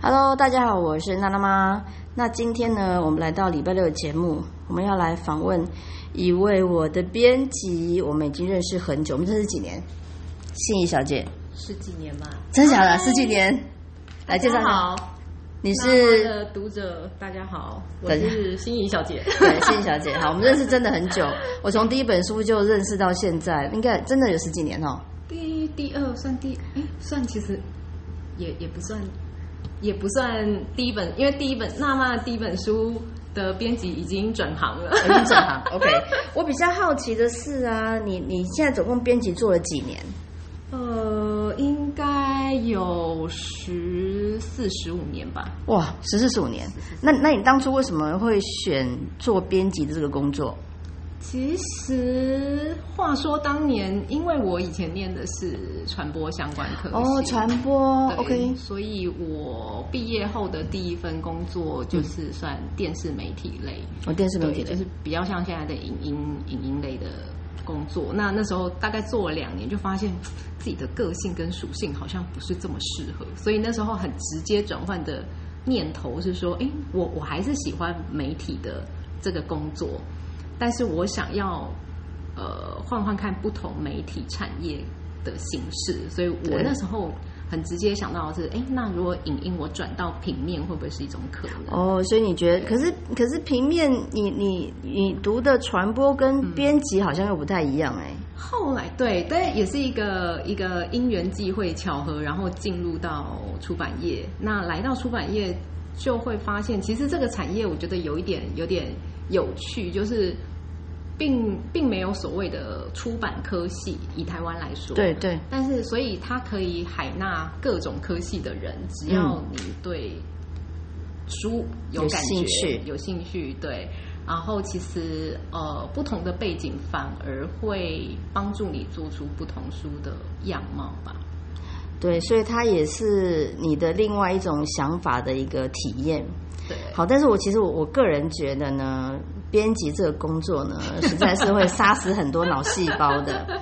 Hello，大家好，我是娜娜妈。那今天呢，我们来到礼拜六的节目，我们要来访问一位我的编辑，我们已经认识很久，我们认识几年？心仪小姐，十几年嘛。真假的？十几年？来介绍一啊大家下，好，你是是的读者，大家好，我大家是心怡小 姐。对心仪小姐。好，我们认识真的很久，我从第一本书就认识到现在，应该真的有十几年哦。第一、第二算第，哎，算其实也也不算，也不算第一本，因为第一本娜娜的第一本书的编辑已经转行了，我已经转行，OK。我比较好奇的是啊，你你现在总共编辑做了几年？ 呃，应该有十四十五年吧。哇，十四十五年。那那你当初为什么会选做编辑的这个工作？其实话说当年，因为我以前念的是传播相关科系，哦，传播对，OK，所以我毕业后的第一份工作就是算电视媒体类，我哦电视媒体对，就的是比较像现在的影音影音类的工作。那那时候大概做了两年，就发现自己的个性跟属性好像不是这么适合，所以那时候很直接转换的念头是说，诶，我我还是喜欢媒体的这个工作，但是我想要呃换换看不同媒体产业的形式，所以我对那时候很直接想到的是，诶，那如果影音我转到平面会不会是一种可能？哦，所以你觉得，可是可是平面，你你你读的传播跟编辑好像又不太一样哎、后来对，但也是一个一个因缘际会巧合，然后进入到出版业。那来到出版业，就会发现其实这个产业我觉得有一点有点有趣，就是并并没有所谓的出版科系，以台湾来说，对对，但是，所以它可以海纳各种科系的人，只要你对书嗯有有感觉、兴趣有兴趣，对。然后，其实呃，不同的背景反而会帮助你做出不同书的样貌吧。对，所以它也是你的另外一种想法的一个体验。对，好，但是我其实我我个人觉得呢，编辑这个工作呢，实在是会杀死很多脑细胞的。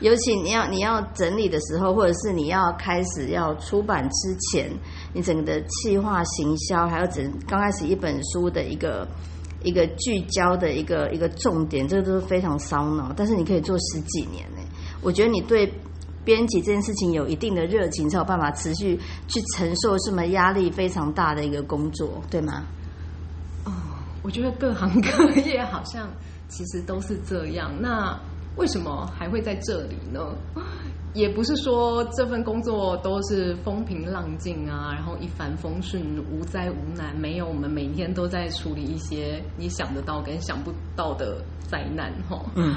尤其你要你要整理的时候，或者是你要开始要出版之前，你整个的企划、行销，还有整刚开始一本书的一个一个聚焦的一个一个重点，这个都是非常烧脑。但是你可以做十几年呢、我觉得你对编辑这件事情有一定的热情，才有办法持续去承受这么压力非常大的一个工作，对吗？哦，我觉得各行各业好像其实都是这样。那为什么还会在这里呢？也不是说这份工作都是风平浪静啊，然后一帆风顺、无灾无难，没有，我们每天都在处理一些你想得到跟想不到的灾难吼。嗯，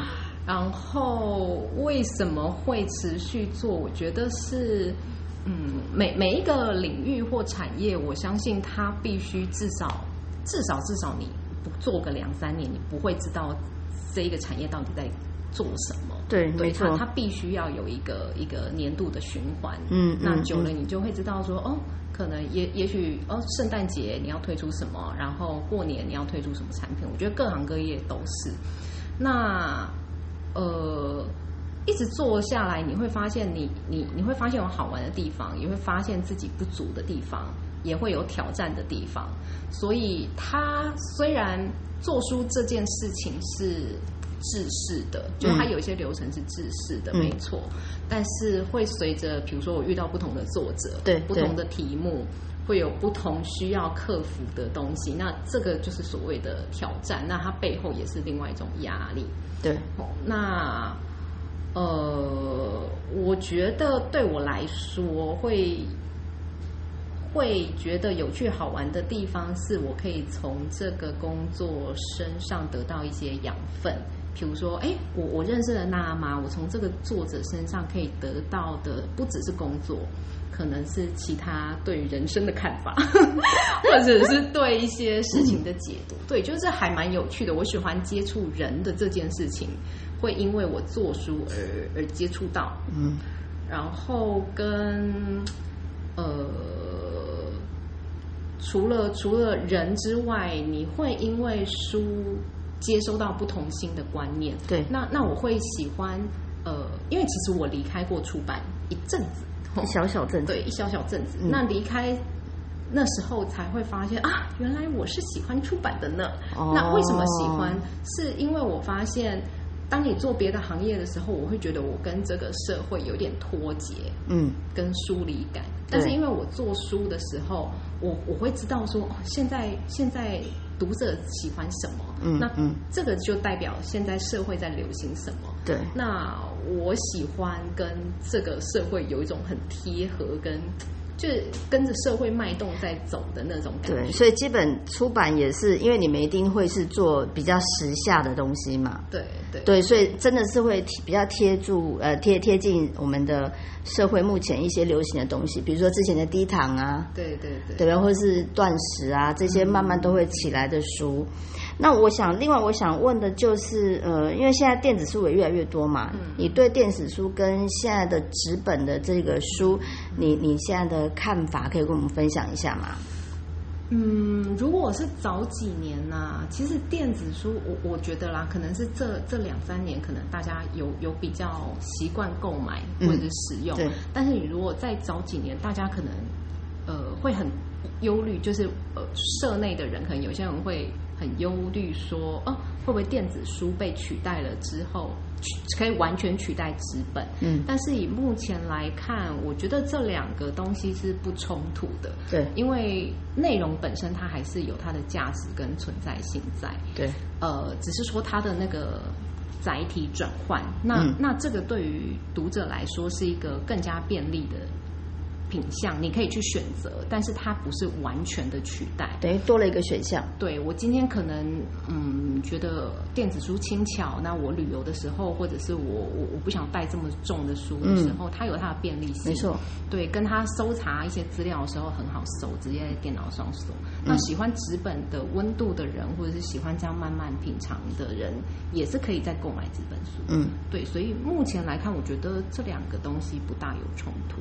然后为什么会持续做？我觉得是，嗯，每每一个领域或产业，我相信它必须至少至少至少你不做个两三年，你不会知道这一个产业到底在做什么。对，没对它错，，它必须要有一个一个年度的循环。嗯，那嗯久了，你就会知道说，哦，可能也也许哦，圣诞节你要推出什么，然后过年你要推出什么产品。我觉得各行各业都是。那呃，一直做下来，你会发现你你你会发现有好玩的地方，也会发现自己不足的地方，也会有挑战的地方。所以，它虽然做书这件事情是制式的，就是它有一些流程是制式的，嗯没错。但是会随着，比如说我遇到不同的作者，对不对同的题目，会有不同需要克服的东西。那这个就是所谓的挑战，那它背后也是另外一种压力。嗯对，哦那呃，我觉得对我来说会会觉得有趣好玩的地方，是我可以从这个工作身上得到一些养分。比如说，哎，我我认识了娜妈，我从这个作者身上可以得到的不只是工作，可能是其他对于人生的看法， 或者是对一些事情的解读。对，就是还蛮有趣的。我喜欢接触人的这件事情，会因为我做书而而接触到，嗯，然后跟呃，除了除了人之外，你会因为书接收到不同新的观念。对那那我会喜欢呃，因为其实我离开过出版一阵子，哦小小阵子，对一小小阵子。嗯那离开那时候才会发现啊，原来我是喜欢出版的呢。哦那为什么喜欢？是因为我发现，当你做别的行业的时候，我会觉得我跟这个社会有点脱节。嗯，跟疏离感。对但是因为我做书的时候，我我会知道说，哦，现在现在读者喜欢什么，嗯那嗯这个就代表现在社会在流行什么。对，那我喜欢跟这个社会有一种很贴合跟，就是跟着社会脉动在走的那种感对，觉。所以基本出版也是，因为你们一定会是做比较时下的东西嘛。对对对，所以真的是会贴比较贴住呃贴贴近我们的社会目前一些流行的东西，比如说之前的低糖啊，对对对对吧？或是断食啊，这些慢慢都会起来的书。那我想，另外我想问的就是，呃，因为现在电子书也越来越多嘛，嗯你对电子书跟现在的纸本的这个书，你你现在的看法可以跟我们分享一下吗？嗯，如果是早几年呐、其实电子书，我我觉得啦，可能是这这两三年，可能大家有有比较习惯购买嗯或者是使用。对但是你如果再早几年，大家可能呃会很忧虑，就是呃社内的人，可能有些人会很忧虑说，哦、会不会电子书被取代了之后，取可以完全取代纸本？嗯，但是以目前来看，我觉得这两个东西是不冲突的。对因为内容本身它还是有它的价值跟存在性在，对，呃，只是说它的那个载体转换，那、嗯那这个对于读者来说是一个更加便利的品相，你可以去选择，但是它不是完全的取代。等于多了一个选项。对我今天可能嗯觉得电子书轻巧，那我旅游的时候，或者是我我我不想带这么重的书的时候，它有它的便利性，嗯没错，对，跟它搜查一些资料的时候很好搜，直接在电脑上搜。嗯那喜欢纸本的温度的人，或者是喜欢这样慢慢品尝的人，也是可以再购买纸本书。嗯，对，所以目前来看，我觉得这两个东西不大有冲突。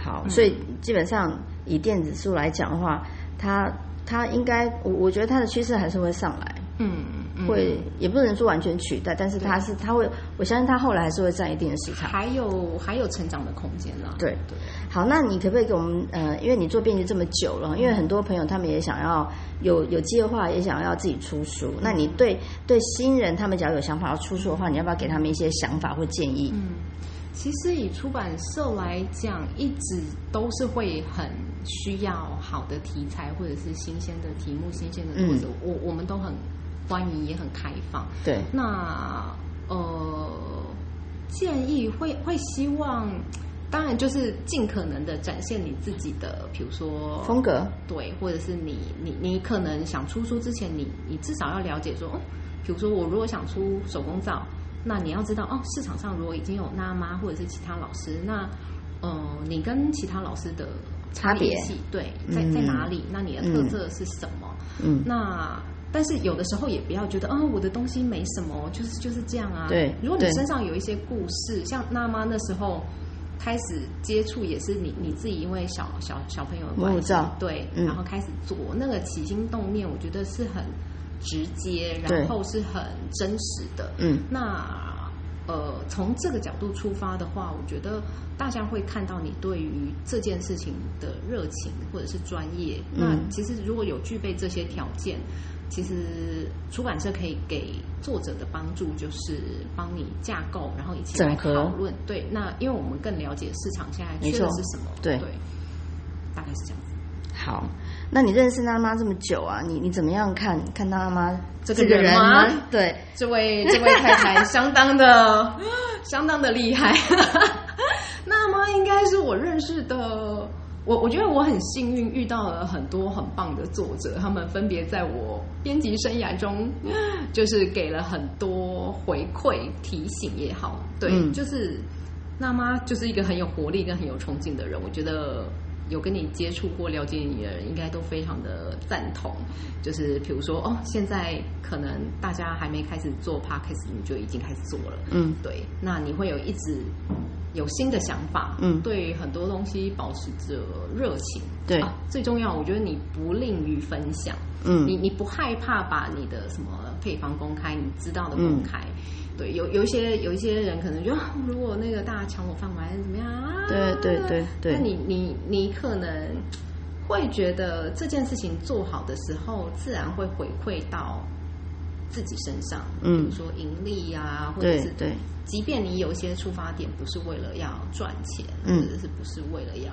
好，所以基本上以电子书来讲的话，它它应该我我觉得它的趋势还是会上来。嗯嗯，会也不能说完全取代，但是它是它会，我相信它后来还是会占一定的市场。还有还有成长的空间啦。对对。好，那你可不可以给我们呃，因为你做编辑这么久了，因为很多朋友他们也想要有有计划，也想要自己出书。那你对对新人他们只要有想法要出书的话，你要不要给他们一些想法或建议？嗯，其实以出版社来讲，一直都是会很需要好的题材或者是新鲜的题目、新鲜的作者，我我们都很欢迎，也很开放。对，那呃，建议会会希望，当然就是尽可能的展现你自己的，比如说风格，对，或者是你你你可能想出书之前你，你至少要了解说，哦，比如说我如果想出手工皂，那你要知道哦，市场上如果已经有娜妈或者是其他老师，那呃，你跟其他老师的差别异性对在在哪里？那你的特色是什么？嗯，那但是有的时候也不要觉得，啊、我的东西没什么，就是就是这样啊。对如果你对身上有一些故事，像娜妈那时候开始接触，也是你你自己因为小小小朋友的关母系照，对，嗯然后开始做那个起心动念，我觉得是很直接，对然后是很真实的。嗯，那呃，从这个角度出发的话，我觉得大家会看到你对于这件事情的热情或者是专业。那嗯其实如果有具备这些条件，其实出版社可以给作者的帮助就是帮你架构，然后一起来整合讨论。对，那因为我们更了解市场现在没缺的错是什么，对大概是这样子。好。那你认识娜妈这么久啊，你你怎么样看看娜妈这个个人人吗呢？对，这位这位太太相当的相当的厉害， 那么应该是我认识的。我我觉得我很幸运遇到了很多很棒的作者，他们分别在我编辑生涯中，就是给了很多回馈、提醒也好，对，嗯就是娜妈就是一个很有活力跟很有冲劲的人，我觉得有跟你接触过、了解你的人，应该都非常的赞同。就是比如说，哦，现在可能大家还没开始做 podcast，你就已经开始做了，嗯，对，那你会有一直有新的想法，嗯对很多东西保持着热情，对啊最重要，我觉得你不吝于分享，嗯你你不害怕把你的什么配方公开，你知道的嗯公开。对，有有一些有一些人可能就，啊如果那个大家抢我饭碗怎么样啊？对对对对那你你你可能会觉得这件事情做好的时候，自然会回馈到自己身上，嗯比如说盈利呀、或者对是对，即便你有一些出发点不是为了要赚钱，嗯或者是不是为了要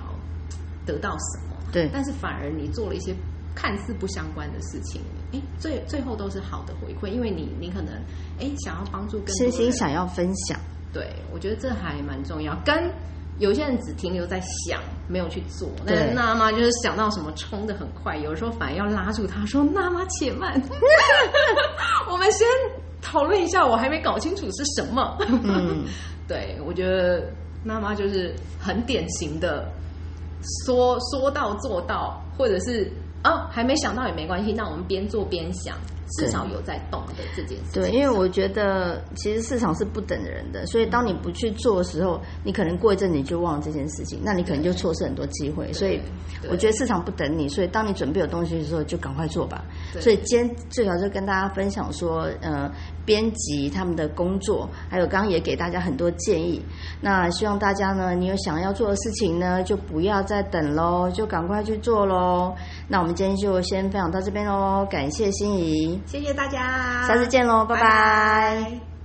得到什么，对但是反而你做了一些看似不相关的事情，哎，最最后都是好的回馈，因为你你可能哎想要帮助更多真人，心想要分享，对，我觉得这还蛮重要。跟有些人只停留在想，没有去做。那对那妈就是想到什么冲的很快，有时候反而要拉住他说：“那妈 且慢， 我们先讨论一下，我还没搞清楚是什么。”嗯，对，我觉得妈妈就是很典型的说说到做到，或者是。哦，还没想到也没关系，那我们边做边想，至对少有在动的这件事。对，因为我觉得其实市场是不等人的，所以当你不去做的时候，你可能过一阵你就忘了这件事情，那你可能就错失很多机会。所以对我觉得市场不等你，所以当你准备有东西的时候，就赶快做吧。对所以今天最主要就跟大家分享说，呃，编辑他们的工作，还有刚刚也给大家很多建议。那希望大家呢，你有想要做的事情呢，就不要再等喽，就赶快去做喽。那我们今天就先分享到这边喽，感谢心仪，谢谢大家，下次见喽，拜拜拜